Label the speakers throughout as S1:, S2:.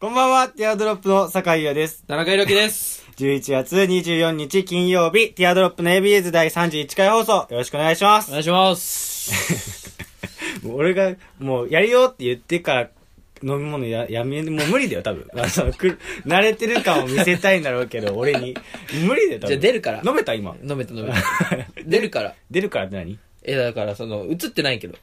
S1: は、ティアドロップの酒井優です。
S2: 田中裕樹です。
S1: 11月24日金曜日、ティアドロップの ABS 第31回放送、よろしくお願いしま
S2: お
S1: す。
S2: 願いします。
S1: もう俺が、もう、やるよって言ってから、飲み物ややめ、もう無理だよ、多分。あのくる慣れてる感を見せたいんだろうけど、俺に。無理だよ、多分。
S2: じゃあ出るから
S1: 飲めた、今。
S2: 飲めた飲めた。 出るから。
S1: 出るからって何
S2: え、だからその、映ってないけど。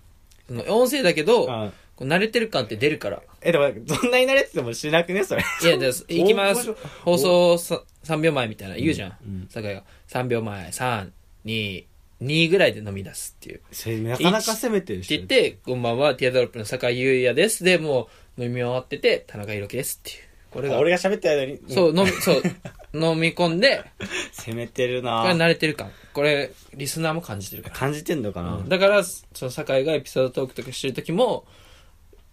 S2: その音声だけど、
S1: うん
S2: こう慣れてる感って出るから。
S1: え、でも、そんなに慣れててもしなくね、それ。
S2: いや、じゃあ行きます
S1: お。
S2: 放送さ3秒前みたいな言うじゃ
S1: うんうん
S2: ん。酒井が。3秒前、3、2、2ぐらいで飲み出すっていう。
S1: それなかなか攻めてる
S2: っ
S1: して
S2: 言って、こんばんは、ティアドロップの酒井優也です。で、もう飲み終わってて、田中裕樹ですっていう。これが、
S1: 俺が喋ってる間に、
S2: そうう、飲み、 そう、飲み込んで、
S1: ん攻めてる
S2: これ
S1: な
S2: 慣れてる感。これ、リスナーも感じてるから。
S1: 感じてんのかな、
S2: だから、その、酒井がエピソードトークとかしてる時も、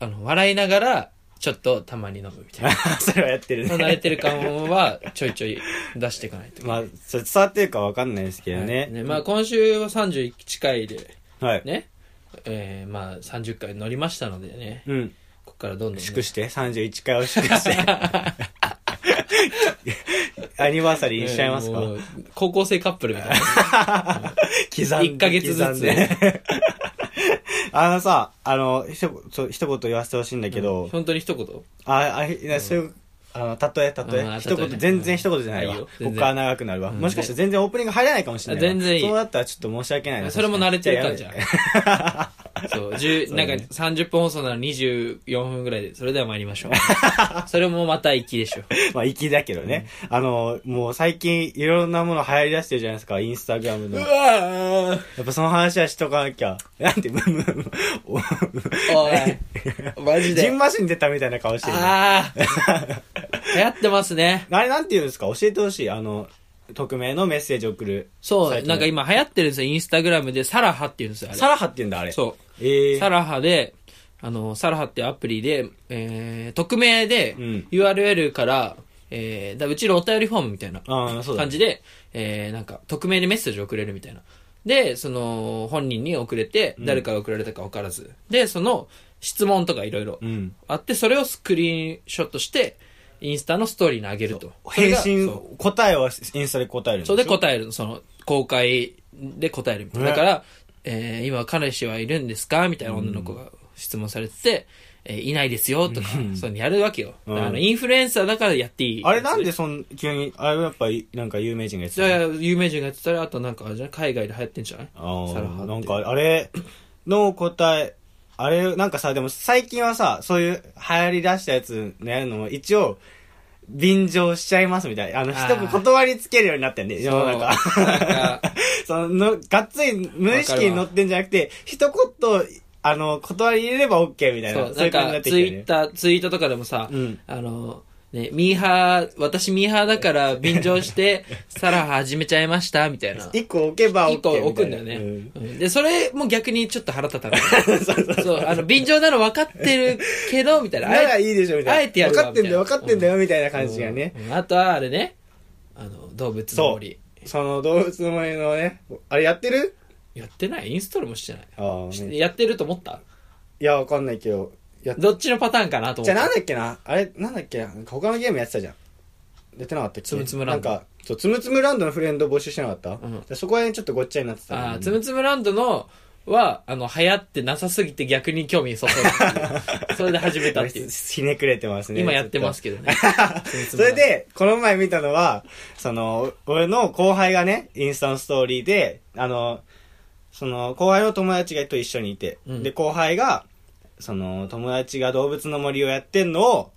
S2: あの、笑いながら、ちょっとたまに飲むみ たいな。
S1: それはやってるね。
S2: その慣れてる感は、ちょいちょい出していかない と。
S1: まあ、それ伝わってるかわかんないですけど
S2: はい
S1: ね。
S2: まあ、今週は31近いで、
S1: はい。
S2: ね。えー、まあ、30回乗りましたのでね。
S1: うん。
S2: ここからどんどん、ね。
S1: 祝して、31回を祝して。 アニバーサリーにしちゃいますか、
S2: えー もう高校生カップルみたいな。
S1: 刻んで。
S2: 1ヶ月ずつ
S1: 刻んで あのさ、あの、ひとそう一言言わせてほしいんだけど、
S2: 本当に一言
S1: あ、あ、いやそういう、あの、たとえ、たとえ、
S2: うん
S1: 一
S2: 例え
S1: 言、
S2: ね
S1: 全然一言じゃないわ。
S2: いいよ
S1: こ
S2: 全
S1: こ
S2: 然
S1: から長くなるわ。
S2: うん
S1: もしかしたら全然オープニング入らないかもしれないわ。
S2: あ全然いい
S1: そうだったらちょっと申し訳ないな。
S2: それも慣れてるから
S1: じ
S2: じゃん
S1: ゃ。
S2: そう、十
S1: そう
S2: なんか
S1: ね
S2: 30分放送なら24分ぐらいで、それでは参りましょう。 それもまた息でしょ。
S1: まあ、粋だけどね。あの、もう最近いろんなもの流行り出してるじゃないですか、インスタグラムの。や
S2: わ
S1: っぱその話はしとかなきゃ。 なんて、むむむ。お
S2: お い、マジ
S1: ジン
S2: で。
S1: マシン出たみたいな顔してる。あ
S2: あ あ、流行ってますね。
S1: れなんて言うんですか教えてほしい。あの、匿名のメッセージ送る。
S2: そ
S1: サイ
S2: う、
S1: ト
S2: なんか今流行ってるんですよ、インスタグラムで、サラハっていうんですよ、あれ。
S1: サラハって言うんだ、あれ。う。
S2: そ
S1: え
S2: う。
S1: え
S2: サラハで、あの、サラハっていうアプリで、えー、匿名で
S1: うん
S2: URL から、えー、だうちのお便りフォームみたいな。
S1: ああ、そうだ、
S2: 感
S1: ね。
S2: じで、えー、なんか、匿名でメッセージを送れるみたいな。で、その、本人に送れて、誰から送られたか分からず。で、その、質問とかいろいろ
S1: うん。
S2: あって、それをスクリーンショットして、インスタのストーリーに上げると。それ
S1: 返
S2: が
S1: 信
S2: そう、
S1: 答えはインスタで答えるんし
S2: そ
S1: ょ
S2: れで答えるの。その、公開で答えるみたいな。
S1: ね
S2: だから、えー、今、彼氏はいるんですかみたいな女の子が質問されてて、えー、いないですよ、とか、そういうのやるわけよ。
S1: うん
S2: あの、インフルエンサーだからやっていい。
S1: あれなんでそん、急に、あれやっぱ、なんか有名人がやって
S2: じ
S1: たの
S2: ゃあ、有名人がやってたら、あとなんか、あれじゃない海外で流行ってんじゃない
S1: あ
S2: サラハっ
S1: あ
S2: て
S1: なんかあれの答えあれなんかさでも最近はさそういう流行り出したやつのやるのも一応便乗しちゃいますみたいなあの
S2: あ
S1: 一
S2: ー
S1: 言断りつけるようになってんね世の
S2: なん
S1: 中
S2: か、
S1: そのがっつり無意識に乗ってんじゃなくて一言あの断り入れれば OK み たい
S2: そ
S1: なそ
S2: う、
S1: う
S2: ないん
S1: う感じになっ
S2: か、
S1: て
S2: ツイ
S1: きて
S2: ッ
S1: る
S2: ター、ツイートとかでもさ、
S1: うん
S2: あの、ね、ミーハー、私ミーハーだから便 乗して、サラハ始めちゃいました、みたいな。
S1: 一個置けば OK
S2: 一
S1: みた
S2: 個
S1: いな
S2: 置くんだよね、
S1: う
S2: うんで、それも逆にちょっと腹立 たない。そう、あの、便乗なの分かってるけど、みたいな。
S1: ならいいでしょみたいな
S2: あえてやる
S1: 分
S2: わ
S1: かってんだよ分
S2: みたいな
S1: かってんだよみたいな感じがね、
S2: うんうんあとは、あれね、あの、動物の森。
S1: その動物の森のね、あれやってる
S2: やってないインストールもしてない。
S1: ああ、
S2: し
S1: ね、
S2: やってると思った
S1: いや、わかんないけど。やっ
S2: どっちのパターンかなと思
S1: じ
S2: っ
S1: ゃあ
S2: た
S1: なん。だっけなあれ、なんだっけななんか他のゲームやってたじゃん。やってなかったっけ
S2: つむつむランド
S1: なんか、そう、つむつむランドのフレンド募集してなかった、
S2: うん
S1: でそこら辺ちょっとごっちゃになってたんだよね、
S2: あーつむつむランドのはあの流行ってなさすぎて逆に興味そそるって いうそれで始めたっていう
S1: ひねくれてますね。
S2: 今やってますけどね
S1: それで、この前見たのは、その、俺の後輩がね、インスタのストーリーで、あの、その、後輩の友達がと一緒にいて、
S2: うん
S1: で、後輩が、その、友達が動物の森をやってんのを、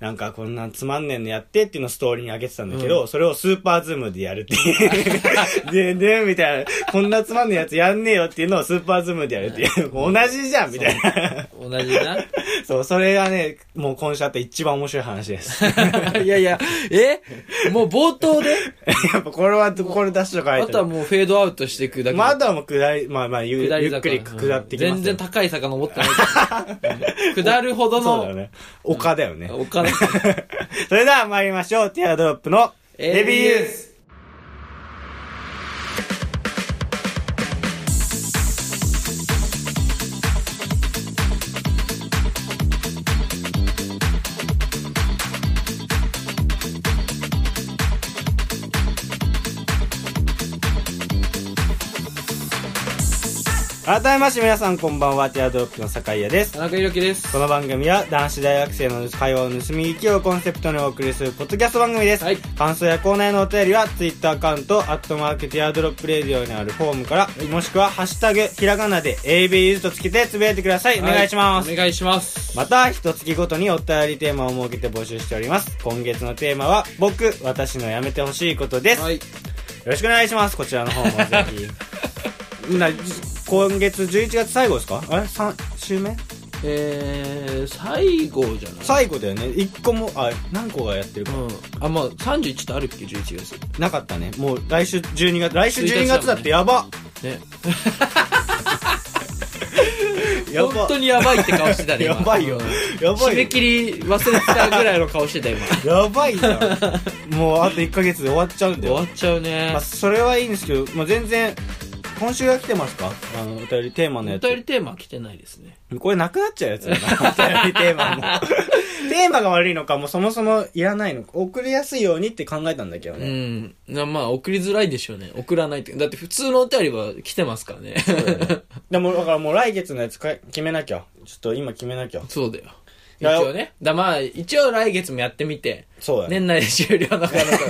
S1: なんかこんなんつまんねんのやってっていうのをストーリーに上げてたんだけど、それをスーパーズームでやるって いう。で、で、みたいな、こんなつまんねんやつやんねえよっていうのをスーパーズームでやるって いう。もう同じじゃんみたいな。
S2: 同じな
S1: そう、それがね、もう今週あった一番面白い話です。
S2: いやいやえもう冒頭で
S1: やっぱこれは、これ出しとかな
S2: あ
S1: い
S2: と
S1: と。
S2: はもうフェードアウトしていくだけ
S1: まあ、あとはもう下り、まあまあ、ゆゆ
S2: 下り
S1: っく
S2: 坂
S1: り下ってき
S2: う
S1: ますよ
S2: ん全然高い坂登ってない けど下るほど
S1: そうだよ
S2: の
S1: ね。丘だよね。
S2: お金
S1: それでは参りましょう。ティアドロップのレビュース。改めまして皆さんこんばんは、ティアドロップの酒井屋です
S2: 田。中裕樹です
S1: この番組は男子大学生の会話を盗み聞きをコンセプトにお送りするポッドキャスト番組です、
S2: はい
S1: 感想やコーナーへのお便りはツイッターアカウント「アットマークティアドロップレディオ」にあるフォームからもしくは「ハッシュタグひらがな」で AB ゆずとつけてつぶやいてくださ い、お願いします
S2: はお願いします
S1: また一月ごとにお便りテーマを設けて募集しております今月のテーマは「僕私のやめてほしいこと」です、
S2: はい
S1: よろしくお願いしますこちらの方もぜ ひな今月11月最後ですかあれ3週目
S2: えー、最後じゃない
S1: 最後だよね1個もあ何個がやってるか
S2: うんあまあ31ってあるっけ11月
S1: なかったねもう来週12月来週
S2: 1
S1: 12月だってやば、
S2: ね
S1: や
S2: 本
S1: ば
S2: 当にやばいって顔してたね今
S1: やばいよ
S2: うん
S1: やば
S2: 締
S1: い
S2: め
S1: よ
S2: 切り忘れてたぐらいの顔してた今
S1: やばいじゃ んもうあと1ヶ月で終わっちゃうんだ
S2: 終
S1: よ
S2: わっちゃうね
S1: まあ、それはいいんですけど、まあ、全然今週が来てますかあのお便りテーマ
S2: お
S1: のや
S2: 便
S1: つ
S2: りテーマは来てないですね
S1: これなくなっちゃうやつだなお便りテー マもテーマが悪いのかもうそもそもいらないのか送りやすいようにって考えたんだけど
S2: う
S1: ね、
S2: んなまあ送りづらいでしょうね送らないってだって普通のお便りは来てますからね
S1: でもだからもう来月のやつか決めなきゃちょっと今決めなきゃ
S2: そうだよ
S1: いや
S2: 一応ねだまあ一応来月もやってみて
S1: そうだね
S2: 年内で終了なのかなと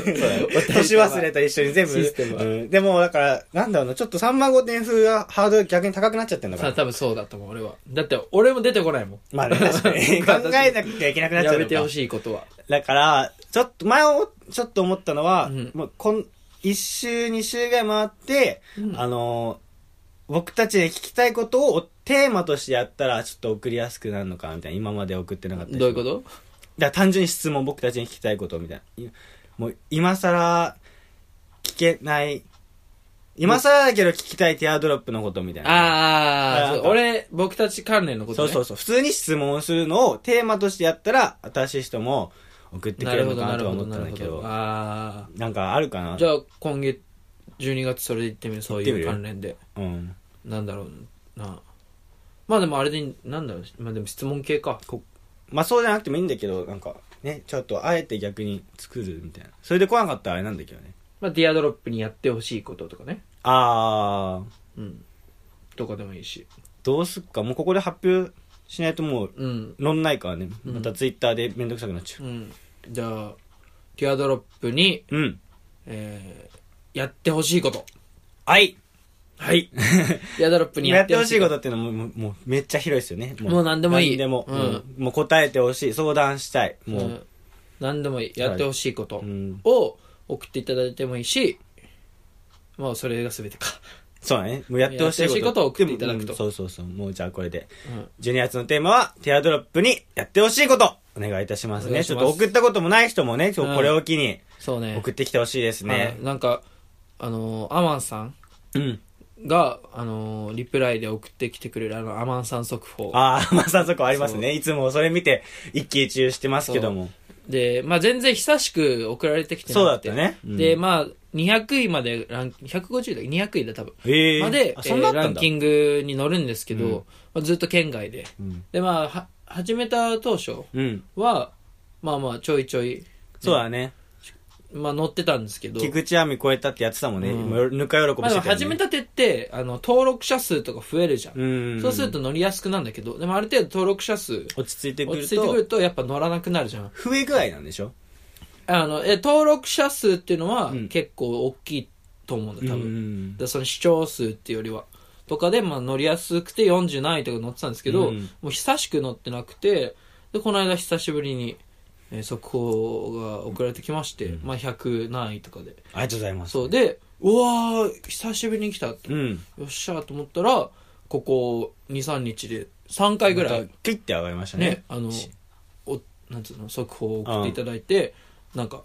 S1: 年忘れと一緒に全部
S2: システムは
S1: うんでもだからなんだろうなちょっと3万5点風がハードル逆に高くなっちゃってんだか
S2: さあ
S1: ら
S2: 多分そうだと思う俺はだって俺も出てこないもん
S1: まあね確か に考えなきゃいけなくなっちゃ
S2: や
S1: う
S2: め
S1: の
S2: てほ
S1: か
S2: しいことは
S1: だからちょっと前をちょっと思ったのは、
S2: うん
S1: もうこん1週2週ぐらい回って、
S2: うん
S1: あのー僕たちで聞きたいことをテーマとしてやったらちょっと送りやすくなるのかみたいな今まで送ってなかったり
S2: どういうこと
S1: だから単純に質問僕たちに聞きたいことみたいないもう今さら聞けない今さらだけど聞きたいティアドロップのことみたいな
S2: ああ
S1: あー
S2: そう俺僕たち関連のこと
S1: そう
S2: ね
S1: そうそう普通に質問をするのをテーマとしてやったら新しい人も送ってく
S2: な
S1: れ
S2: る
S1: るの
S2: ほど
S1: か
S2: な
S1: な
S2: る
S1: とは
S2: ほ
S1: 思
S2: ど
S1: った
S2: なん
S1: だ
S2: るほ
S1: け
S2: ど
S1: ど
S2: あ
S1: なんかあるかな
S2: あじゃあ今月12月それで行ってみるそういう関連で
S1: うん
S2: なんだろうなまあでもあれでなんだろうまあでも質問系か
S1: まあそうじゃなくてもいいんだけどなんかねちょっとあえて逆に作るみたいなそれで来なかったらあれなんだけどね
S2: まあディアドロップにやってほしいこととかね
S1: ああ
S2: うんとかでもいいし
S1: どうすっかもうここで発表しないともう
S2: うん
S1: 乗んないからね
S2: うん
S1: またツイッターでめんどくさくなっちゃう
S2: うんじゃあディアドロップに、
S1: うん。
S2: えー、やってほしいこと
S1: はい。はい。
S2: ディアドロップに
S1: や
S2: やっ
S1: って
S2: て
S1: ほ
S2: ほ
S1: し
S2: し
S1: い
S2: い
S1: こ
S2: ことと
S1: っていうのはもう、もうめっちゃ広いですよね。
S2: もう何でもいい
S1: 何でも、
S2: うん
S1: うんもう答えてほしい。相談したい。も
S2: も
S1: う
S2: う、何でもいいやってほしいこと、
S1: うん
S2: を送っていただいてもいいし、まあ、それが全てか。
S1: そうだね。もうやってほしいこと。
S2: やってほしいことを送っていただくと
S1: うんそうそうそう。もうじゃあこれで。
S2: うん
S1: 12月のテーマは、ティアドロップにやってほしいこと。お願いいたします
S2: お願
S1: ね。
S2: いし
S1: ち
S2: ま
S1: ょっと
S2: す
S1: 送ったこともない人もね、今
S2: う
S1: 日
S2: ん
S1: これを機に
S2: そうね。
S1: 送ってきてほしいですね
S2: はい。なんか、あのーアマンさん
S1: うん。
S2: が、あのーリプライで送ってきてくれるあの、アマンさん速報。
S1: あ あ、まあ早速ありますね。いつもそれ見て、一喜一憂してますけども。
S2: で、まあ、全然久しく送られてきてなくて
S1: そうだったねうん
S2: で、まあ、200位までラン、150位だ、200位だ、多分。
S1: ええ。
S2: まで、
S1: あそんなあ
S2: え
S1: っ
S2: ー
S1: た
S2: ラ
S1: ん
S2: ン
S1: だ
S2: キ。ングに乗るんですけど、
S1: うん
S2: まあ、ずっと県外で。
S1: うん
S2: で、まあ、は始めた当初
S1: うん。
S2: は、まあまあ、ちょいちょい、
S1: そうだね。
S2: まあ、乗ってたんですけど。
S1: 菊池亜美超えたってやってたもんね。
S2: うん
S1: もうぬか喜
S2: ま
S1: び
S2: あ、
S1: してたよ
S2: でも
S1: ね
S2: 始めたてってあの登録者数とか増えるじゃん、
S1: うん。
S2: そうすると乗りやすくなるんだけどでもある程度登録者数
S1: 落ち着いてく
S2: 落
S1: る
S2: ち着いてくる
S1: と、
S2: とやっぱ乗らなくなるじゃん
S1: 増え具合なんでしょ
S2: あのえ登録者数っていうのは
S1: うん
S2: 結構大きいと思うんだ多分、
S1: 分。
S2: でその視聴数っていうよりはとかで、まあ、乗りやすくて40何位とか乗ってたんですけど、
S1: うん
S2: もう久しく乗ってなくてでこの間久しぶりに、えー速報が送られてきまして、まあ、100何位とかで
S1: ありがとうございます。
S2: そうでうわー久しぶりに来たって
S1: うん。
S2: よっしゃーと思ったらここ23日で3回ぐら
S1: ま
S2: い
S1: たキュッて上がりました
S2: ね
S1: ね。
S2: あの
S1: し
S2: おなんつうの速報を送っていただいてなんか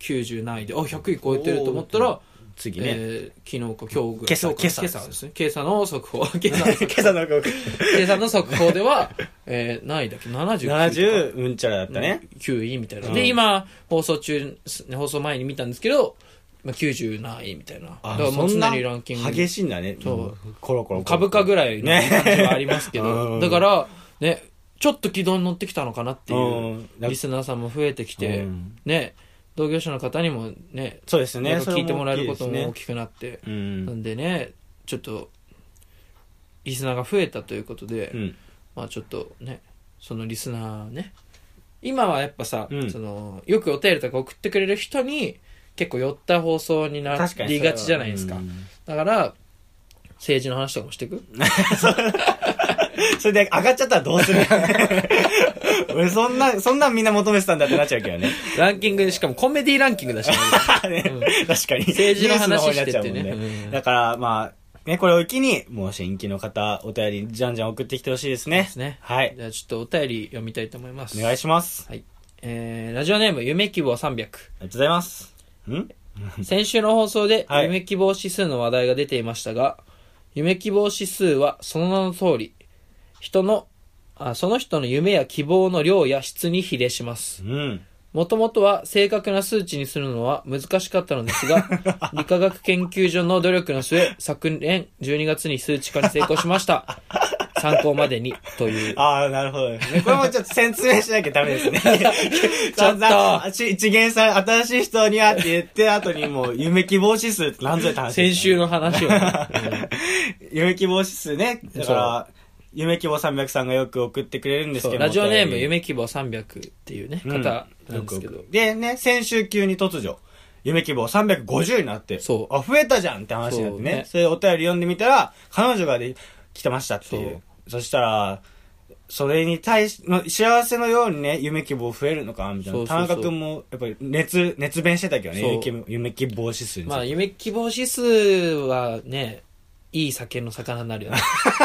S2: 90何位であ100位超えてると思った
S1: お
S2: ら、
S1: 次ね。
S2: えー昨日か今日ぐらい
S1: 今朝
S2: 今日か
S1: 今朝
S2: 今朝ですね今朝の速報 今朝 の
S1: 今朝の曲。
S2: 今朝の速報では、えー、何位だっけ79とか
S1: 70うんちゃらだったね。
S2: 9位みたいな、
S1: うん
S2: で今放送中放送前に見たんですけど、まあ、90何位みたいなだからもう常にランキング
S1: 激しいんだね。
S2: そう
S1: もコロコロ。
S2: 株価ぐらいの感じはありますけ
S1: う
S2: ど、
S1: ん
S2: だから、ね、ちょっと軌道に乗ってきたのかなって
S1: う
S2: いうんリスナーさんも増えてきて、
S1: うん
S2: ね、同業者の方にもね、
S1: そうですね。
S2: なんか聞いてもらえるこ
S1: そ
S2: と
S1: れ
S2: も
S1: 大
S2: 大
S1: きいで
S2: きくなって、
S1: すね。う。
S2: なんんでね、ちょっと、リスナーが増えたということで、
S1: うん。
S2: まあちょっとね、そのリスナーね、今はやっぱさ、
S1: うん
S2: その、よくお便りとか送ってくれる人に、結構寄った放送にな
S1: 確かに。
S2: りがちじゃないですか。
S1: うん
S2: だから、政治の話とかもしていく
S1: それで上がっちゃったらどうする 俺そんな、そんなんみんな求めてたんだってなっちゃうけどね。
S2: ランキング、しかもコメディランキングだしね、
S1: ね
S2: ん
S1: 確かに。
S2: 政治の話
S1: ニュース方になっちゃうもん
S2: してってねうん
S1: だから、まあ、ね、これを機に、もう新規の方、お便り、じゃんじゃん送ってきてほしいですね。
S2: ですね
S1: はい。
S2: じゃあちょっとお便り読みたいと思います。
S1: お願いします。
S2: はい。えー、ラジオネーム、夢希望 300。
S1: ありがとうございます。ん
S2: 先週の放送で、
S1: はい
S2: 夢希望指数の話題が出ていましたが、夢希望指数はその名の通り、人の、あその人の夢や希望の量や質に比例します。
S1: うん。
S2: もともとは正確な数値にするのは難しかったので すが、理化学研究所の努力の末、昨年12月に数値化に成功しました。参考までに、という。
S1: ああ、なるほどですね。これもちょっと説明しなきゃダメ ですね。 ち
S2: ょっと
S1: 一元さん、新しい人にはって言って、後にもう、夢希望指数って何ぞやって話で
S2: 先
S1: すね
S2: 週の話をね、
S1: 夢希望指数ね。だから、夢希望300さんがよく送ってくれるんです
S2: そ
S1: け
S2: う
S1: ど。
S2: ラジオネー
S1: お
S2: ム
S1: 便り
S2: 夢希望300っていうね、
S1: うん
S2: 方なんですけど、
S1: でね、先週急に突如、夢希望350になって、
S2: そう
S1: あ、増えたじゃんって話になってね。
S2: そ
S1: そうれ
S2: ね
S1: でお便り読んでみたら、彼女がで来てましたっていう。そしたら、それに対し、の幸せのようにね、夢希望増えるのかみたいな。
S2: そうそうそう
S1: 田中君も、やっぱり熱、熱弁してたけどね、
S2: そう
S1: 夢希夢希望指数に。
S2: まあ夢希望指数はねいい酒の魚にな るよね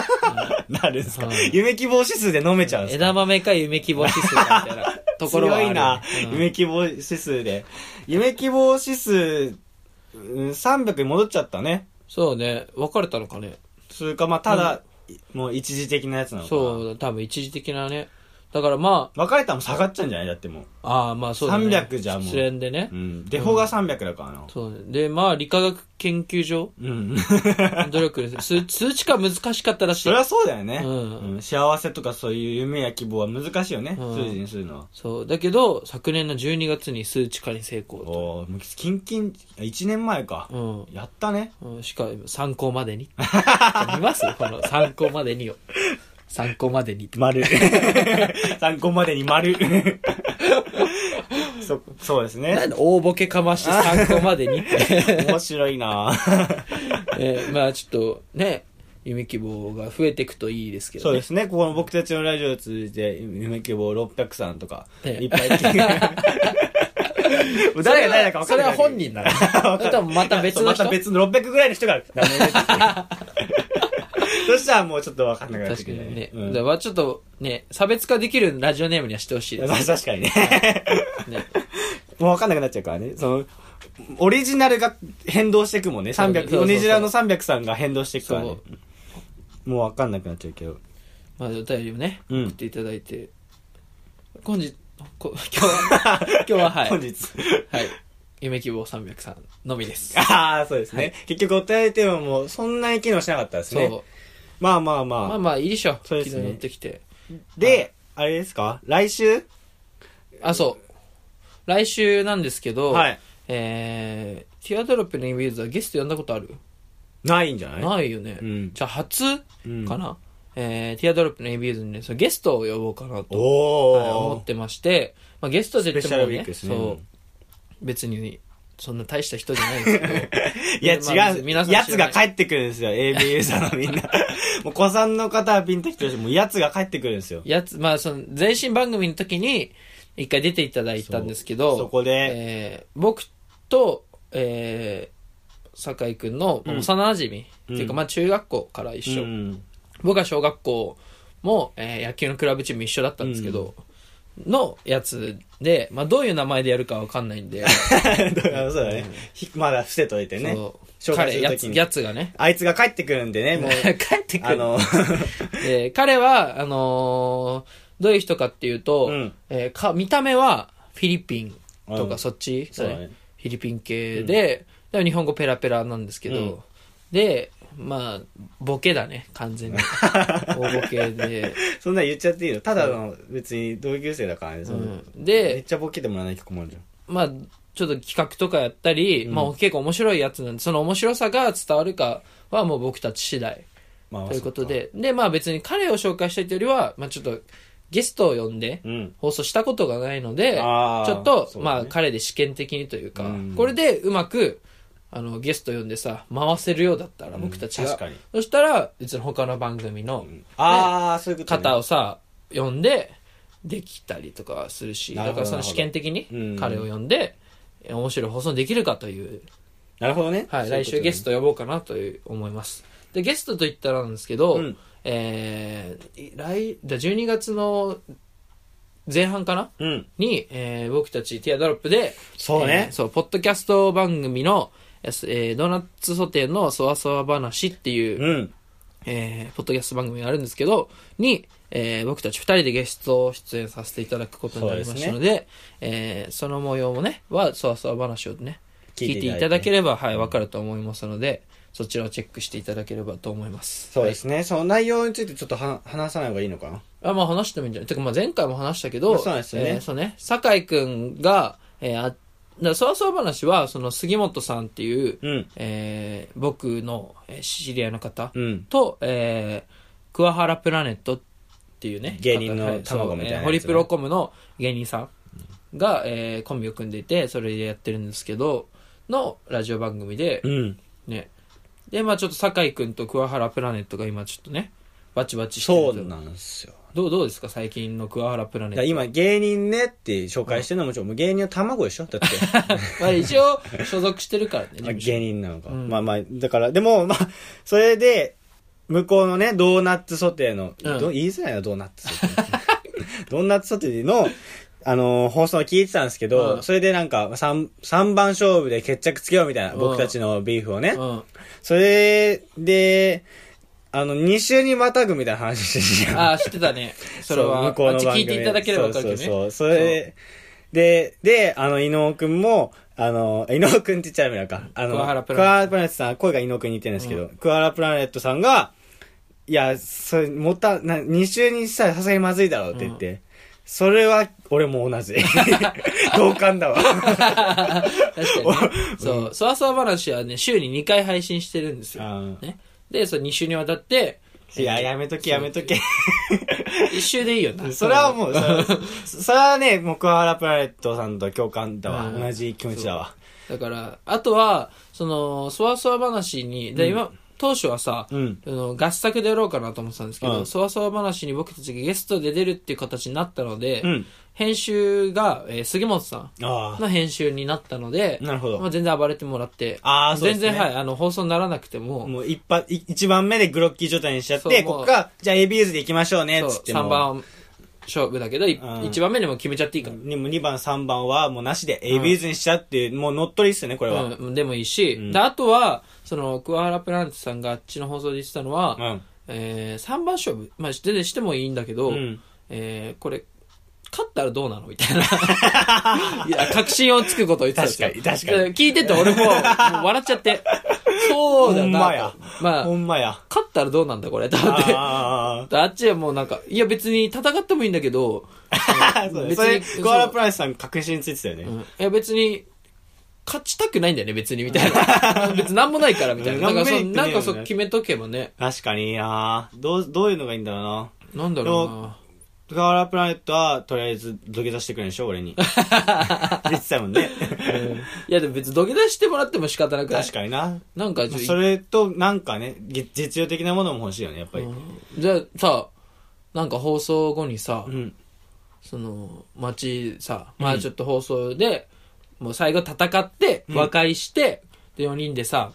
S1: なるんですか、
S2: はい
S1: 夢希望指数で飲めちゃうんですか
S2: 枝豆か夢希望指数かみた いなところはある
S1: 強いな、
S2: うん
S1: 夢希望指数で。夢希望指数、うん300に戻っちゃったね。
S2: そうね別れたのかね
S1: それか、まあ、ただ、もう一時的なやつなのかな。
S2: そう多分一時的なねだからま
S1: 別れたらもう下がっちゃうんじゃないだってもう。
S2: あああまあそうだね
S1: 300じゃもう
S2: 失恋でね、
S1: うん。デフォが300だからな。
S2: そうねでまあ理化学研究 所
S1: うん。
S2: の努力です数数値化難しかったらしい
S1: それはそうだよね、
S2: うん
S1: う幸せとかそういう夢や希望は難しいよね。
S2: うん
S1: 数字にするのは。
S2: そうだけど昨年の12月に数値化に成功と
S1: おーもうキンキン、1年前か。
S2: うん
S1: やったね。
S2: うんしか参考までに 見ますこの参考までにを参考までにって
S1: 丸。 参考までに丸。 そ、そうですね
S2: な。んで大ボケか まして参考までに って、
S1: 面白いな
S2: えーまあちょっとね夢希望が増えていくといいですけど、
S1: そう
S2: ね、
S1: ですね。ここの僕たちのラジオを通じて、夢希望600さんとか、
S2: ええ
S1: いっぱい 聞いて誰が
S2: それは
S1: 誰だか 分か
S2: そ
S1: ん
S2: れ
S1: ない。
S2: は本人なのそれともまた別の人
S1: また別の600ぐらいの人が名前出て きてそしたらもうちょっと分かんなくなって
S2: 確
S1: く
S2: か
S1: るよ
S2: にね、
S1: うん
S2: だからまあちょっとね差別化できるラジオネームにはしてほしい で
S1: まあ
S2: す
S1: 確かにね。
S2: ね
S1: もう分かんなくなっちゃうからね。その、オリジナルが変動していくもんね。
S2: そうそうそう
S1: 300、オリジナルの300さんが変動していくから
S2: そ
S1: ね。もう分かんなくなっちゃうけど。
S2: まあ、お便りをね、
S1: うん
S2: 送っていただいて本日こ今日は 今日ははい、
S1: 本日。
S2: はい、夢希望300さんのみです
S1: ああ、そうですね。
S2: はい
S1: 結局、お便りテーマもそんなに機能しなかったです
S2: そう、
S1: ね。まあまあまあ。
S2: まあまあいいでしょ
S1: そうですね
S2: 昨日乗ってきて
S1: で、あれですか来週
S2: あそう来週なんですけど、
S1: はい。
S2: えー、ティアドロップのインビーズはゲスト呼んだことある、
S1: ないんじゃない
S2: ないよね、
S1: うん
S2: じゃあ初か
S1: うん
S2: な、えー、ティアドロップのインビーズにねそのゲストを呼ぼうかなと、
S1: お
S2: はい思ってまして、まあ、ゲストで言っ
S1: スペ
S2: ても
S1: シャルウィ
S2: ね
S1: ークですね
S2: そう別にそんな大した人じゃないですけど
S1: いや、
S2: まあ
S1: 違う。
S2: 皆さん知らない
S1: やつが帰ってくるんですよ。AB さんの みんな。もう、子さんの方はピンときてるし、もう、やつが帰ってくるんですよ。
S2: やつ、まあ、その、前身番組の時に、一回出ていただいたんですけど、
S1: そうそこで
S2: えー僕と、えー、酒井くんの
S1: うん
S2: 幼馴染み、
S1: うん
S2: っていうか、まあ、中学校から一緒。
S1: うん
S2: 僕は小学校も、えー野球のクラブチーム一緒だったんですけど、のやつで、まあ、どういう名前でやるかわかんない んで、
S1: そうだね。ひまだ伏せといてね。
S2: そう
S1: 紹介す
S2: 彼、
S1: る
S2: や
S1: と
S2: つ、
S1: きに
S2: やつがね、
S1: あいつが帰ってくるんでね、もう、
S2: 帰ってく
S1: あ
S2: る。
S1: の、
S2: えー彼は、あのーどういう人かっていうと、
S1: うん
S2: えーか見た目はフィリピンと
S1: う
S2: か
S1: ん
S2: そっち、
S1: そうだね
S2: フィリピン系で、でも日本語ペラペラなんですけど、
S1: うん
S2: で、まあ、ボケだね、完全に。大ボケで、
S1: そんなん言っちゃっていいのただの、別に同級生だからね。
S2: う
S1: その
S2: ん
S1: めっ
S2: で、
S1: ちゃボケてもらわなきゃ困るじゃん。
S2: まあ、ちょっと企画とかやったり、
S1: うん
S2: まあ結構面白いやつなんで、その面白さが伝わるかはもう僕たち次第。
S1: まあ
S2: ということで、で、まあ別に彼を紹介したいというよりは、まあちょっとゲストを呼んで
S1: うん
S2: 放送したことがないので、ち
S1: あー
S2: ょっと、
S1: そうだね
S2: まあ彼で試験的にというか、
S1: うん
S2: これでうまく、あの、ゲスト呼んでさ、回せるようだったら、僕たちが。
S1: 確かに
S2: そしたら、うちの他の番組の
S1: ああそういうことね
S2: 方をさ、呼んで、できたりとかするし、
S1: な
S2: だ
S1: るほ
S2: か
S1: ど
S2: らその試験的
S1: う
S2: に
S1: ん
S2: 彼を呼んで、面白い放送できるかという
S1: なるほどね
S2: はい、来週ゲス
S1: ト
S2: ト呼ぼうかなという思います。で、ゲストと言ったらなんですけど、
S1: うん
S2: えー、来、だ12月の前半かな
S1: うん
S2: に、えー僕たちティアドロップで、
S1: そうね
S2: えーそう、ポッドキャスト番組の、えーえードーナツソテーのそわそわ話っていう、
S1: うん
S2: えーポッドキャスト番組があるんですけど、に、えー僕たち二人でゲスト出演させていただくことになりましたので、えーその模様もね、は、そわそわ話をね、聞いていただけ
S1: ば
S2: れば、はい、わかると思いますので、そちらをチェックしていただければと思います。
S1: そうですねその内容についてちょっとは話さない方がいいのかな
S2: あ、まあ話してもいいんじゃないてか、まあ前回も話したけど、
S1: そうですね
S2: えーそうね、酒井くんが、えー、あ、だそわそわ話は、その杉本さんっていう、
S1: うん
S2: えー僕のえー知り合いの方
S1: うん
S2: と、えー、桑原プラネットっていうね、
S1: 芸人の
S2: はいそう
S1: 卵みたいなやつね
S2: えーホリプロコムの芸人さんが、えーコンビを組んでいて、それでやってるんですけど、のラジオ番組で、
S1: うん
S2: ね。で、まあちょっと酒井くんと桑原プラネットが今ちょっとね、バチバチしてる
S1: そ
S2: け
S1: う
S2: ど
S1: なんですよ
S2: どう、どうですか最近の桑原プラネ
S1: だ
S2: ッ
S1: か
S2: ト
S1: ら。今芸人ねって紹介してるのはもちろんもう芸人の卵でしょ だって
S2: まあ一応、所属してるからね、事
S1: まあ
S2: 務所
S1: 芸人なのか、
S2: うん
S1: まあまあだからでもまあそれで向こうのねドーナツソテーの、
S2: うん
S1: ど言いづらいなドーナツソテ ードーナツソテーのあのー放送を聞いてたんですけど、
S2: うん
S1: それでなんか 3, 三番勝負で決着つけようみたいな、
S2: うん
S1: 僕たちのビーフをね、
S2: うん。
S1: それであの2週にまたぐみたいな話してた
S2: ああ、知って たね。 それは、
S1: う
S2: あっ
S1: 向
S2: ち
S1: こうの番組
S2: 聞いていただければわかるけど
S1: そ
S2: ね。
S1: うそうそう。それで、で、で、あの、伊野尾くんも、あの、伊野尾くんって言っちゃダメなのか。あの、
S2: 桑原プラネット
S1: 桑原プラネットさん、声が伊野尾くんに似てるんですけど、桑原プラネットさんが、いや、それ、もった、な、2週にしたらさすがにまずいだろうって言って、それは、俺も同じ。 同感 だわ。
S2: 確かにね。 そう、そわそわ話はね、週に2回配信してるんですよ。
S1: うん
S2: ね。で、そう、2週にわたって、
S1: いや、やめとけ、やめとけ。
S2: 1週でいいよな。
S1: それはもう、それはそ れはね、もう桑原プラネットさんと共感だわ。
S2: うん
S1: 同じ気持ちだわ。
S2: だから、あとは、その、そわそわ話に、で今、当初はさ、
S1: うん
S2: あの合作でやろうかなと思ってたんですけど、
S1: うん
S2: そわそわ話に僕たちがゲストで出るっていう形になったので、
S1: うん
S2: 編集が、えー杉本さ
S1: あ
S2: んの編集になったので、
S1: なるほど
S2: まあ、全然暴れてもらって、
S1: あーそうで
S2: 全
S1: すね
S2: 然、はい、あの、放送にならなくても、
S1: もう一発、い一番目でグロッキー状態にしちゃっ
S2: そう
S1: て、
S2: もう
S1: こっから、じゃあ ABS で行きましょうね、
S2: そう
S1: つってもう。
S2: 3番勝負だけど、
S1: うん
S2: 1番目でも決めちゃっていいから。
S1: にも2番、3番はもうなしで ABS にしちゃうっていう、もう乗っ取りっすよね、これは。うん。
S2: うん、でもいいし、
S1: うん
S2: であとはその桑原プランツさんがあっちの放送で言ってたのは、えー、3番勝負、まあ、全然してもいいんだけど、
S1: うん
S2: えーこれ勝ったらどうなのみた いないや確信をつくことを言ってたんですよ
S1: 確かに確かに
S2: で聞いてて俺ももう笑っちゃってそうだ
S1: ほん
S2: な
S1: まや
S2: とまあ
S1: ほんまや。
S2: 勝ったらどうなんだこれと思って
S1: あ
S2: であっちはもうなんかいや別に戦ってもいいんだけど
S1: あ。 そうねそれ、
S2: そう
S1: コアラプライスさん確信ついてたよね。
S2: うんいや別に、勝ちたくないんだよね、別に、みたいな。 別になんもないから、みたいな。
S1: う
S2: だ
S1: ん
S2: からそ
S1: なんも
S2: う、
S1: な
S2: ないん
S1: ってね
S2: かそう決めとけばね。
S1: 確かになどう、どういうのがいいんだろうな。
S2: なんだろ
S1: コアラプラネットは、とりあえず土下座してくれるでしょ、俺 に。言ってたもんね。
S2: うな。うんいや、でも別に土下座してもらっても仕方なくない
S1: 確かにな。
S2: なんか、
S1: それと、なんかね、げ実用的なものも欲しいよね、やっぱり。
S2: じゃあさ、なんか放送後にさ
S1: う、ん。
S2: その、街さ、まあちょっと放送で、もう最後戦って、和解して、で、4人でさ、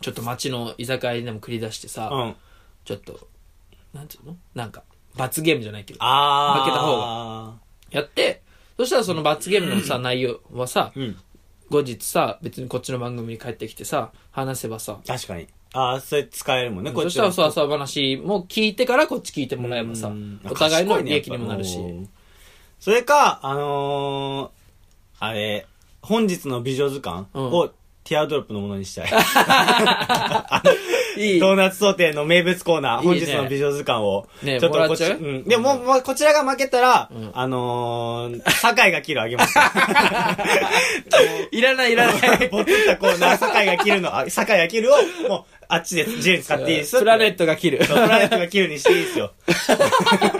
S2: ちょっと街の居酒屋でも繰り出してさ、
S1: うん。
S2: ちょっと、なんていうのなんか、罰ゲームじゃないけど、
S1: あー
S2: 負けた方やって、そしたらその罰ゲームのさ、内容はさ、
S1: うん。
S2: 後日さ、別にこっちの番組に帰ってきてさ、話せばさ、
S1: 確かに。ああ、それ使えるもんね、こっ
S2: そ
S1: ち
S2: したらそわそわ話も聞いてからこっち聞いてもらえばさ
S1: うん、
S2: お互いの
S1: 賢ね
S2: 利益にもなるし
S1: やっ。ぱうんそれか、あのー、あれ、本日の美女図鑑
S2: うん
S1: をティアドロップのものにしたい。
S2: いい。
S1: ドーナツ想定の名物コーナー、本
S2: いい
S1: 日
S2: ね
S1: の美女図鑑を。
S2: ね
S1: ちょっ
S2: もら
S1: とこ
S2: っ
S1: っ
S2: ち
S1: ち、
S2: ゃう
S1: うん。でも、もうこちらが負けたら
S2: ん、
S1: あのー、酒井が切るあげ ます。
S2: いらないいらない。
S1: ボツったコーナー、酒井が切るの、あ酒井が切るを、もう、あっちで自由に使っていいですよ
S2: プラネットが切る。
S1: そうプラネットが切るにしていい ですよ。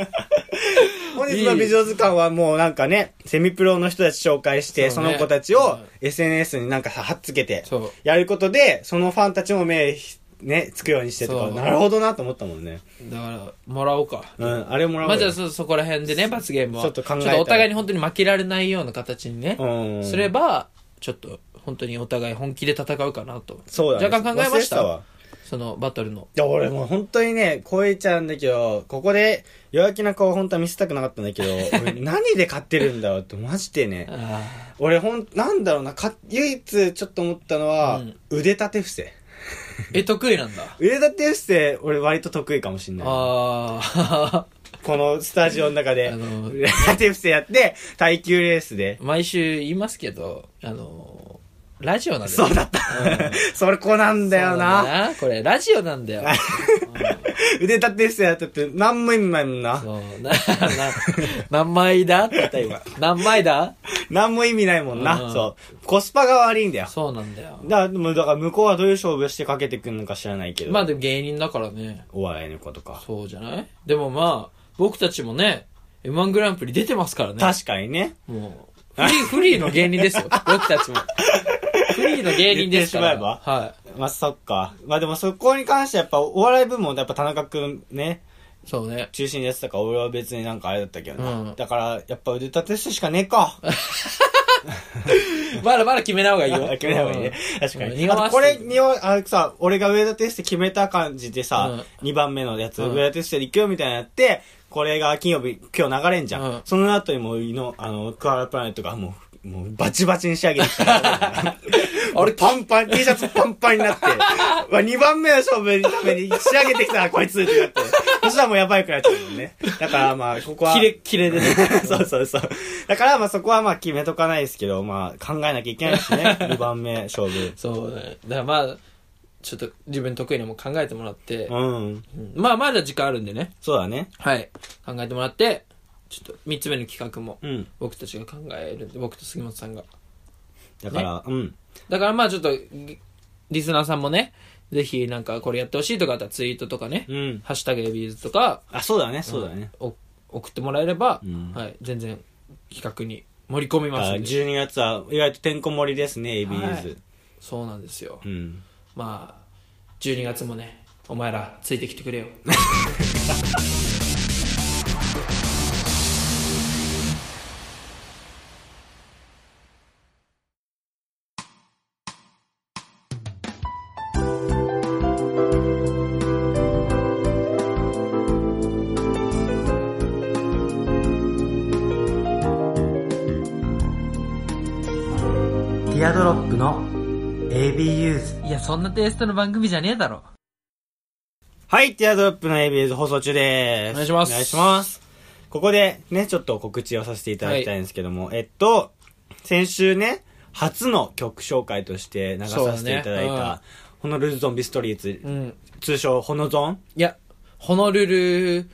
S1: 本日の美女図鑑はもうなんかね、セミプロの人たち紹介して、
S2: そ
S1: そう
S2: ね
S1: の子たちを
S2: うん
S1: SNS になんかさ、はっつけて
S2: そう、
S1: やることで、そのファンたちも目、ね、つくようにしてと
S2: そ
S1: か、
S2: う
S1: なるほどなと思ったもんね。
S2: だから、もらおうか。
S1: うん、あれもらおう
S2: ま
S1: よ。
S2: あじゃあそ、そこら辺でね、罰ゲームは。
S1: ちょっと考えたら
S2: お互いに本当に負けられないような形にね、
S1: うん。
S2: すれば、ちょっと、本当にお互い本気で戦うかなと。
S1: そうだね。
S2: 若干考えました
S1: 忘れてわ
S2: その、バトルの。
S1: いや、俺もう本当にね、声ちゃうんだけど、ここで弱気な顔本当は見せたくなかったんだけど、 俺何で勝ってるんだろうって、マジでね。
S2: あ
S1: 俺ほん、なんだろうな、か、唯一ちょっと思ったのは、
S2: うん
S1: 腕立て伏せ。
S2: ーえ、得意なんだ。
S1: 腕立て伏せ、俺割と得意かもしんない。
S2: ああ。
S1: このスタジオの中で
S2: あ、の
S1: 腕立て伏せやって、耐久レースで。
S2: 毎週言いますけど、あのーラジオなんだよ。
S1: そうだった。それこなんだよ
S2: そう
S1: な。
S2: なんだこれ、ラジオなん だよ。
S1: 腕立て伏せやってて、何も意味ないもんな。
S2: そう、な、な、何枚だって言っ た今。何枚だ
S1: 何も意味ないもんな。
S2: うん
S1: そう。コスパが悪いんだよ。
S2: そうなんだよ。
S1: だから、でもだから向こうはどういう勝負してかけてくるのか知らないけど。
S2: まあでも芸人だからね。
S1: お笑いの子とか。
S2: そうじゃないでもまあ、僕たちもね、M1 グランプリ出てますからね。
S1: 確かにね。
S2: もう、フリー、 フリーの芸人ですよ。僕たちも。フリーの芸人ですか
S1: 言
S2: ら。
S1: ってしま
S2: は
S1: まあ、そっか。まあでもそこに関してやっぱお笑い部門でやっぱ田中くんね、
S2: い。そうね。
S1: 中心でやってたから俺は別になんかあれだったけどな。
S2: うん
S1: だから、やっぱ腕立て伏せしかねえか。
S2: まだまだ決めない方がいい よ。
S1: 決めない方がいいね。確か
S2: うん
S1: に。
S2: 匂わせて
S1: あとこれ、におあさ、俺が腕立て伏せ決めた感じでさ、
S2: う
S1: 2番目のやつ、
S2: うん
S1: 腕立て伏せで行くよみたいなのやって、これが金曜日、今日流れんじゃん。
S2: うん
S1: その後にもう、いの、あの、クアラプラネットがもう、もうバチバチに仕上げてきたから。
S2: あれ
S1: パンパン、T シャツパンパンに なって、2番目の勝負のために仕上げてきたな、こいつってなって。そしたらもうやばいくらいちゃうもんね。だからまあ、ここは。
S2: キレッキレでね。
S1: そうそうそう。だからまあそこはまあ決めとかないですけど、まあ考えなきゃいけないし ね。2番目勝負。
S2: そうね。だからまあ、ちょっと自分得意なもん考えてもらって、
S1: うん。
S2: うんまあまだ時間あるんでね。
S1: そうだね。
S2: はい。考えてもらって、ちょっと3つ目の企画も
S1: うん。
S2: 僕たちが考えるんで、僕と杉本さんが。
S1: だから、うん。
S2: だからまあちょっと、リリスナーさんもね、ぜひなんかこれやってほしいとかあったらツイートとかね、
S1: うん。
S2: ハッシュタグエビーズとか、
S1: あ、そうだね、そうだね。
S2: お送ってもらえれば、
S1: うん
S2: はい、全然企画に盛り込み
S1: あ
S2: ますんで。
S1: 12月は意外とてんこ盛りですね、
S2: はい
S1: ABS。
S2: そうなんですよ。
S1: うん。
S2: まあ、12月もね、お前らついてきてくれよ。
S1: ティアドロップの ABUs。
S2: いや、そんなテイストの番組じゃねえだろ。
S1: はい、ティアドロップの ABS 放送中です。
S2: お願いします
S1: お願いします。ここでね、ちょっと告知をさせていただきたいんですけども、えっと、先週ね、初の曲紹介として流させていただい
S2: そうだね
S1: た、ホノルルゾンビストリーツ
S2: う、ん。
S1: 通称ホノゾン
S2: いや、ホノルル、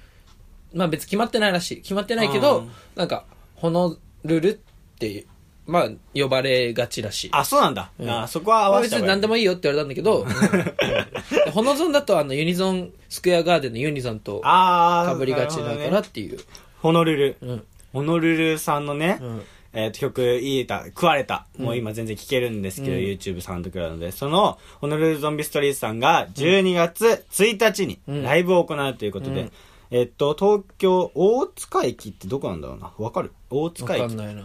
S2: まあ別に決まってないらしい。決まってないけ
S1: う
S2: ど
S1: ん、
S2: なんか、ホノルルっていう、まあ呼ばれがちらしい。
S1: あ、そうなんだ。
S2: うん
S1: あそこは合
S2: まあ
S1: わせ
S2: 別
S1: た
S2: に何でもいいよって言われたんだけど、うんホノゾンだとあのユニゾン、スクエアガーデンのユニゾンと
S1: あ
S2: か
S1: ー
S2: ぶりがちだ
S1: なる
S2: か
S1: ほど
S2: ら
S1: ね
S2: っていう。
S1: ホノルル。
S2: うん。
S1: ホノルルさんのね、
S2: うん。
S1: えーと曲「いいた食われた」もう今全然聴けるんですけど、
S2: うん
S1: YouTube サウンドクラウドでそのホノルルゾンビストリートさんが12月1日に
S2: うん
S1: ライブを行うということで、
S2: うん
S1: えっと東京大塚駅ってどこなんだろうなわかる大
S2: わ
S1: 塚
S2: かん
S1: 駅
S2: ないな。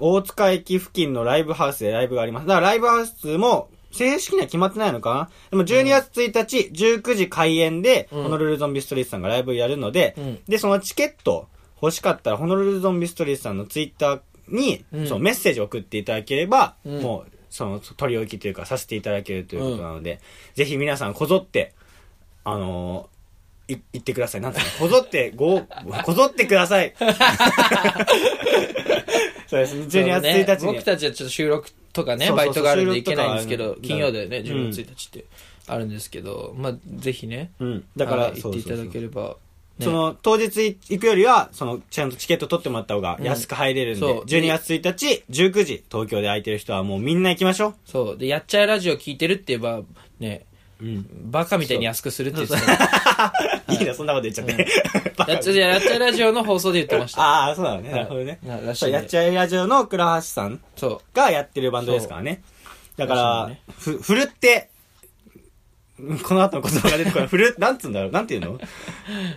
S1: 大塚駅付近のライブハウスでライブがありますだからライブハウスも正式には決まってないのかなでも12月1日、19時開演で、
S2: うん
S1: ホノルルゾンビストリートさんがライブをやるので、
S2: うん
S1: で、そのチケット欲しかったら、ホノルルゾンビストリートさんのツイッターに、
S2: うん
S1: そのメッセージを送っていただければ、
S2: うん
S1: もう、その取り置きというかさせていただけるということなので、ぜひ皆さんこぞって、あのーい行ってください。なんつうのこぞって、ご、こぞってくだ さい。そうですね。12月1日
S2: そうね
S1: に。
S2: 僕たちはちょっと収録とかね、
S1: そうそうそう
S2: バイトがあるんで行けないんですけ
S1: 収
S2: ど
S1: 録、とかあ
S2: 金
S1: る
S2: 曜だよね、
S1: うん
S2: 12月1日ってあるんですけど、まあぜひね、
S1: うん。だから、
S2: はい行っていただけ
S1: る。
S2: れば。ね
S1: その、当日行くよりは、その、ちゃんとチケット取ってもらった方が安く入れるんで、
S2: うんそう
S1: 12月1日、19時、東京で空いてる人はもうみんな行きましょう。
S2: そう。で、やっちゃえラジオ聞いてるって言えば、ね、
S1: うん。
S2: バカみたいに安くするって言ってた。
S1: いいな、そんなこと言っちゃって。 バカ
S2: やっちゃ、やっちゃラジオの放送で言ってました。
S1: ああ、そうなのね。なるほどね。
S2: ならし
S1: そ
S2: いうね
S1: やっちゃえラジオの倉橋さん
S2: そう。
S1: がやってるバンドですからね。だか
S2: そう
S1: ら、
S2: ね
S1: ふ、ふるって、この後の言葉が出てこ ない。ふる、なんつうんだろうなんていうの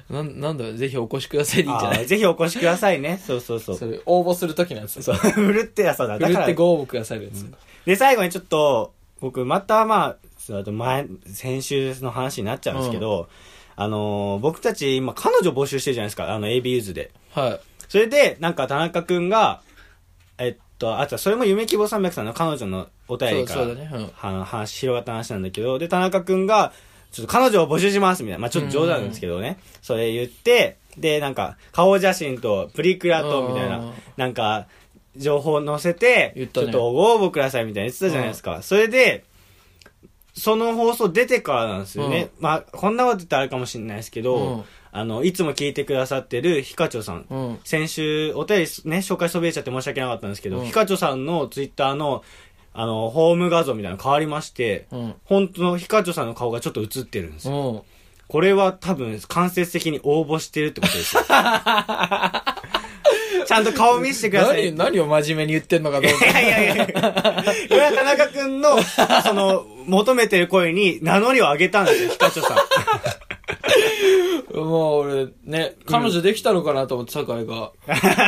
S2: なん、なんだろうぜひお越しくださいでいいんじゃな
S1: あー
S2: い
S1: ぜひお越しくださいね。そうそうそう。
S2: それ、応募するときなんですよ。
S1: そう、ふるってやそうだ。
S2: 振
S1: だ
S2: る
S1: か
S2: っ
S1: ら
S2: て、ご応募くださいのやつ。
S1: で、最後にちょっと、僕、またまあ、そうあと前、先週の話になっちゃうんですけど、あのー僕たち今、彼女募集してるじゃないですか。あの、AB ユーズで。
S2: はい。
S1: それで、なんか田中くんが、えっと、あとはそれも夢希望300さんの彼女のお便りか
S2: そうそうだねう
S1: ら、
S2: ん
S1: は話、広がった話なんだけど、で、田中くんが、ちょっと彼女を募集しますみたいな。まあちょっと冗談ですけどね。それ言って、で、なんか、顔写真とプリクラと、みたい
S2: うん
S1: な、なんか、情報載せて、
S2: 言っ
S1: ち
S2: た
S1: ょ
S2: ね
S1: っとご応募くださいみたいな言ってたじゃないですか。それで、その放送出てからなんですよね。まあこんなこと言ったらあれかもしれないですけど、
S2: うん
S1: あの、いつも聞いてくださってるヒカチョさん。
S2: うん。
S1: 先週お便りね紹介しそびれちゃって申し訳なかったんですけど、
S2: うん
S1: ヒカチョさんのツイッターのあのホーム画像みたいなの変わりまして、
S2: うん。
S1: 本当のヒカチョさんの顔がちょっと映ってるんですよ、
S2: うん。
S1: これは多分間接的に応募してるってこと ですよちゃんと顔見せてください
S2: 何、何を真面目に言ってんのかど
S1: い
S2: う
S1: やいや
S2: か。
S1: いや。これは田中くんの、その、求めてる声に名乗りを上げたんですよ、ヒカチョさん。
S2: もう俺、ね、彼女できたのかなと思って、酒井が。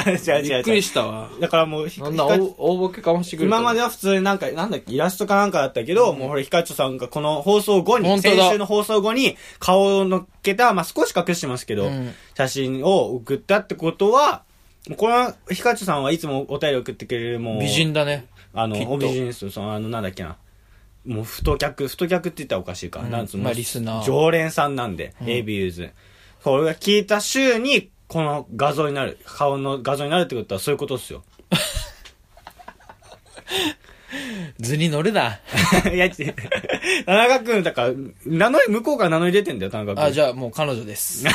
S1: 違う
S2: び
S1: 違
S2: っ
S1: う
S2: く
S1: 違
S2: り
S1: う。
S2: したわ。
S1: だからもうヒカ、
S2: なん
S1: ヒ
S2: だ、
S1: カチョ
S2: お応募結果もしてくると
S1: 今
S2: 思う。
S1: までは普通になんか、なんだっけ、イラストかなんかだったけど、もうほら、ヒカチョさんがこの放送後
S2: 本
S1: に、
S2: 当だ
S1: 先週の放送後に、顔を乗っけた、まあ少し隠してますけど、
S2: うん
S1: 写真を送ったってことは、このヒカチョさんはいつもお便り送ってくれる、もう、
S2: 美人だね。
S1: あ
S2: きっと
S1: の、お美人ですよ、その、あの、なんだっけな。もう、太客、太客って言ったらおかしいか。
S2: うん
S1: なんつうの、
S2: まあリスナー
S1: 常連さんなんで、AB ユーズ。これが聞いた週に、この画像になる、顔の画像になるってことはそういうことっすよ。
S2: 図に乗るな。
S1: いや、ち、田中君、だから、名乗り、向こうから名乗り出てんだよ、田中君。
S2: あ、じゃあもう彼 女です。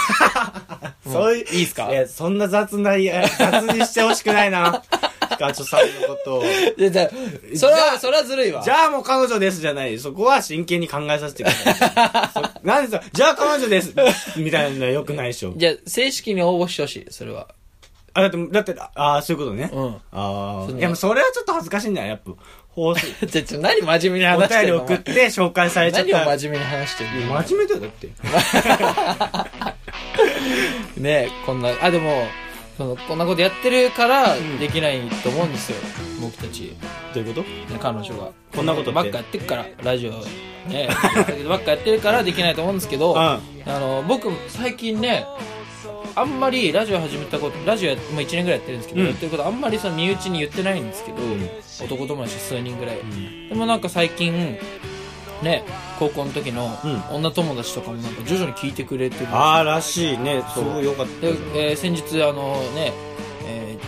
S1: そういう、
S2: いいっすか
S1: いや、そんな雑な、いや雑にしてほしくないな。 ヒカチョさんのことを。
S2: いやじゃあそれは、それはずるいわ。
S1: じゃあもう彼女ですじゃない。そこは真剣に考えさせてくだ さい。そなんでさ、じゃあ彼女ですみたいなのは良くないでしょ。
S2: じゃあ正式に応募してほしい、それは。
S1: あ、だって、だって、ああ、そういうことね。
S2: うん
S1: ああ。
S2: そんない
S1: や、もうそれはちょっと恥ずかしいんだよ、やっぱ。 放送、
S2: じゃあちょ、何真面目に
S1: お
S2: 話して
S1: 便り
S2: るの
S1: 送って紹介されちゃっ
S2: 何を
S1: たら。
S2: 真面目に話してるの
S1: 真面目だよ、だって。
S2: ねこんな、あ、でも、その、こんなことやってるから、できないと思うんですよ。僕たち、ね、
S1: どういうこと
S2: 彼女が。
S1: こんなことって
S2: ばっかやってるから、ラジオ、ね、 ばっかやってるからできないと思うんですけど、
S1: うん
S2: あの、僕、最近ね、あんまりラジオ始めたこと、ラジオや、まあ、1年ぐらいやってるんですけど、
S1: うん
S2: やってることあんまりその身内に言ってないんですけど、男友達数人ぐらい。でもなんか最近、ね、高校の時の
S1: う
S2: 女友達とかもなんか徐々に聞いてくれてるんですよ
S1: ああ、らしいね。す
S2: そう
S1: ごい良かった
S2: で
S1: じゃん。、
S2: えー先日あのね、えー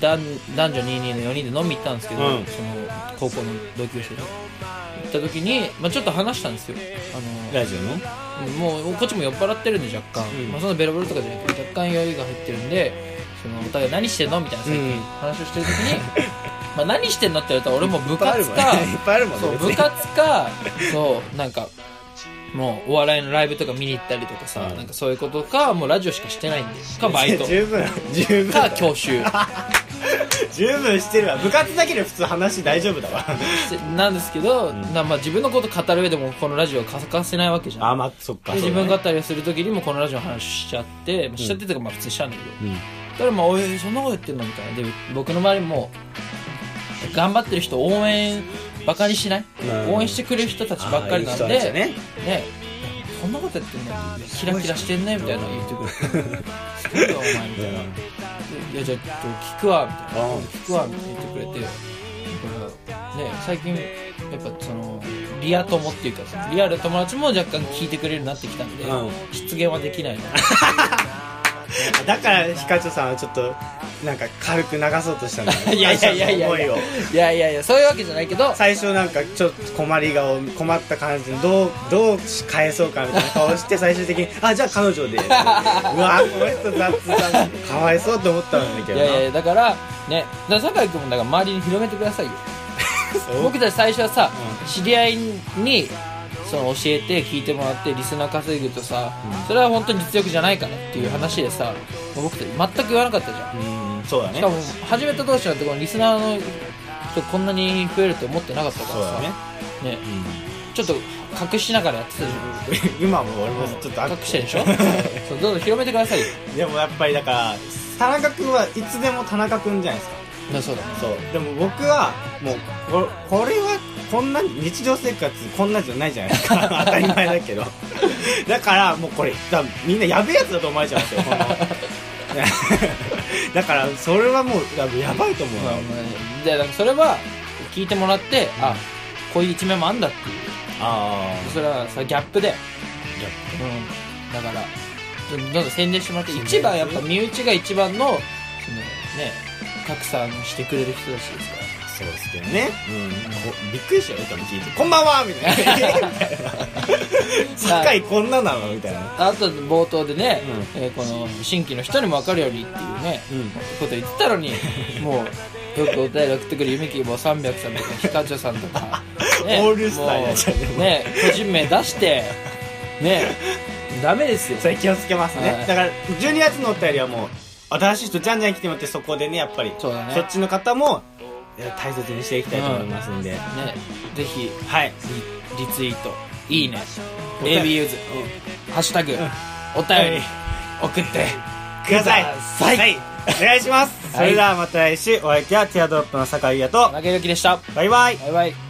S2: 男男女22の4人で飲み行ったんですけど、
S1: うん
S2: その高校の同級生と行った時に、まあ、ちょっと話したんですよあ
S1: ラジオの
S2: のもうこっちも酔っ払ってるんで若干、
S1: うん
S2: まあ、そんなベロベロとかじゃなくて若干酔いが入ってるんでそのお互い何してんのみたいな最近
S1: うん
S2: 話をしてる時に、 まあ何してんのって言われたら俺も部
S1: いっ ぱいある
S2: 活
S1: もんね
S2: か
S1: いっぱいあるもんね
S2: そう。部
S1: 別に
S2: 活かそうなんかもうお笑いのライブとか見に行ったりとかさ、
S1: うん
S2: なんかそういうことかもうラジオしかしてないんで かバイト
S1: 十分、十分。
S2: か 教習
S1: 十分してるわ。部活だけで普通話大丈夫だわ。
S2: なんですけど、なまあ、自分のこと語る上でもこのラジオは欠かせないわけじゃ
S1: あ、
S2: んで
S1: まあ、そっか。
S2: 自分語りをする時にもこのラジオの話しちゃって、まあしちゃってとかまあ普通にしたんだけど、
S1: そうだね、
S2: だからまあおいそんなこと言ってんのみたいなで僕の周りも頑張ってる人応援バカにしない、
S1: うん
S2: 応援してくれる人たち
S1: うん。
S2: ばっかりなんで
S1: あーいい人たちだね。
S2: ねこんなことやってんのキラキラしてんねみたいなの言ってくる すごいよお前みたいな「いやじゃあちょっと聞くわ」みたい
S1: う
S2: な
S1: ん
S2: 「聞くわ」みたいな言ってくれてだからね最近やっぱそのリア友っていうかそのリアル友達も若干聞いてくれるようになってきたんで、
S1: うん
S2: 失言はできないな
S1: だから、ヒカチョさんはちょっと、なんか軽く流そうとしたんだね
S2: いやいやいやいや
S1: ヒカチョさんの思いを。
S2: いやいやいやそういうわけじゃないけど
S1: 最初なんかちょっと困り顔困った感じのどうどう返そうかみたいな顔して最終的に「あじゃあ彼 女で」うわこの人雑だなかわいそうと思ったんだけ
S2: い
S1: どな
S2: やいやだからねだから酒井君もだから周りに広めてくださいよ
S1: そう
S2: 僕たち最初はさ、
S1: う
S2: 知り合いにその教えて聞いてもらってリスナー稼ぐとさ、それは本当に実力じゃないからっていう話でさ、僕たち全く言わなかったじゃん
S1: うんそうだね
S2: しかも始めた当初なんてこのリスナーの人こんなに増えると思ってなかったか
S1: そう
S2: らさ
S1: だね、
S2: ねちょっと隠しながらやってたじ
S1: うん今も俺もちょっと
S2: ゃ
S1: あ
S2: ん隠してるでしょ そうどうぞ広めてくださいよ
S1: でもやっぱりだから田中君はいつでも田中君じゃないですか
S2: まあそうだね
S1: そうでも僕はもうここれはこんな日常生活こんなじゃないじゃないです か当たり前だけどだからもうこれ多分みんなやべえやつだと思われちゃうんですよ このだからそれはもう多分やばいと思う
S2: まあ
S1: な、
S2: まあでだからそれは聞いてもらってあこういう一面もあんだっていう
S1: あ
S2: それはさギャップで
S1: あ
S2: うんだからどんどん宣伝してもらって一番やっぱ身内が一番のそのね格差にしてくれる人たちですから
S1: そうですけどね、うん、こびっくりしたよ多分聞いて「こんばんは!」みたいな 世界こんななのみたいな
S2: あと冒頭でね、えーこの新規の人にも分かるようにっていうね、
S1: うん
S2: こと言ってたのにもうよくお便り送ってくる夢希望300さんとかヒカチョさんとか、
S1: オールスターになっちゃって
S2: もうね個人名出してねダメですよ
S1: それ気をつけますね、
S2: はい
S1: だから12月のお便りはもう新しい人じゃんじゃん来てもらってそこでねやっぱり
S2: そうだね
S1: っちの方もいや大切にしていきたいと思いますんで、
S2: ねぜひ
S1: はい
S2: リリツイートいいね
S1: お便り
S2: AB ユーズハッシュタグ、お便り送って
S1: ください
S2: ください
S1: はいお願いします、
S2: はい
S1: それではまた来週お相手はティアドロップの酒井優と
S2: 投げる気でした
S1: バイバイ
S2: バイバイ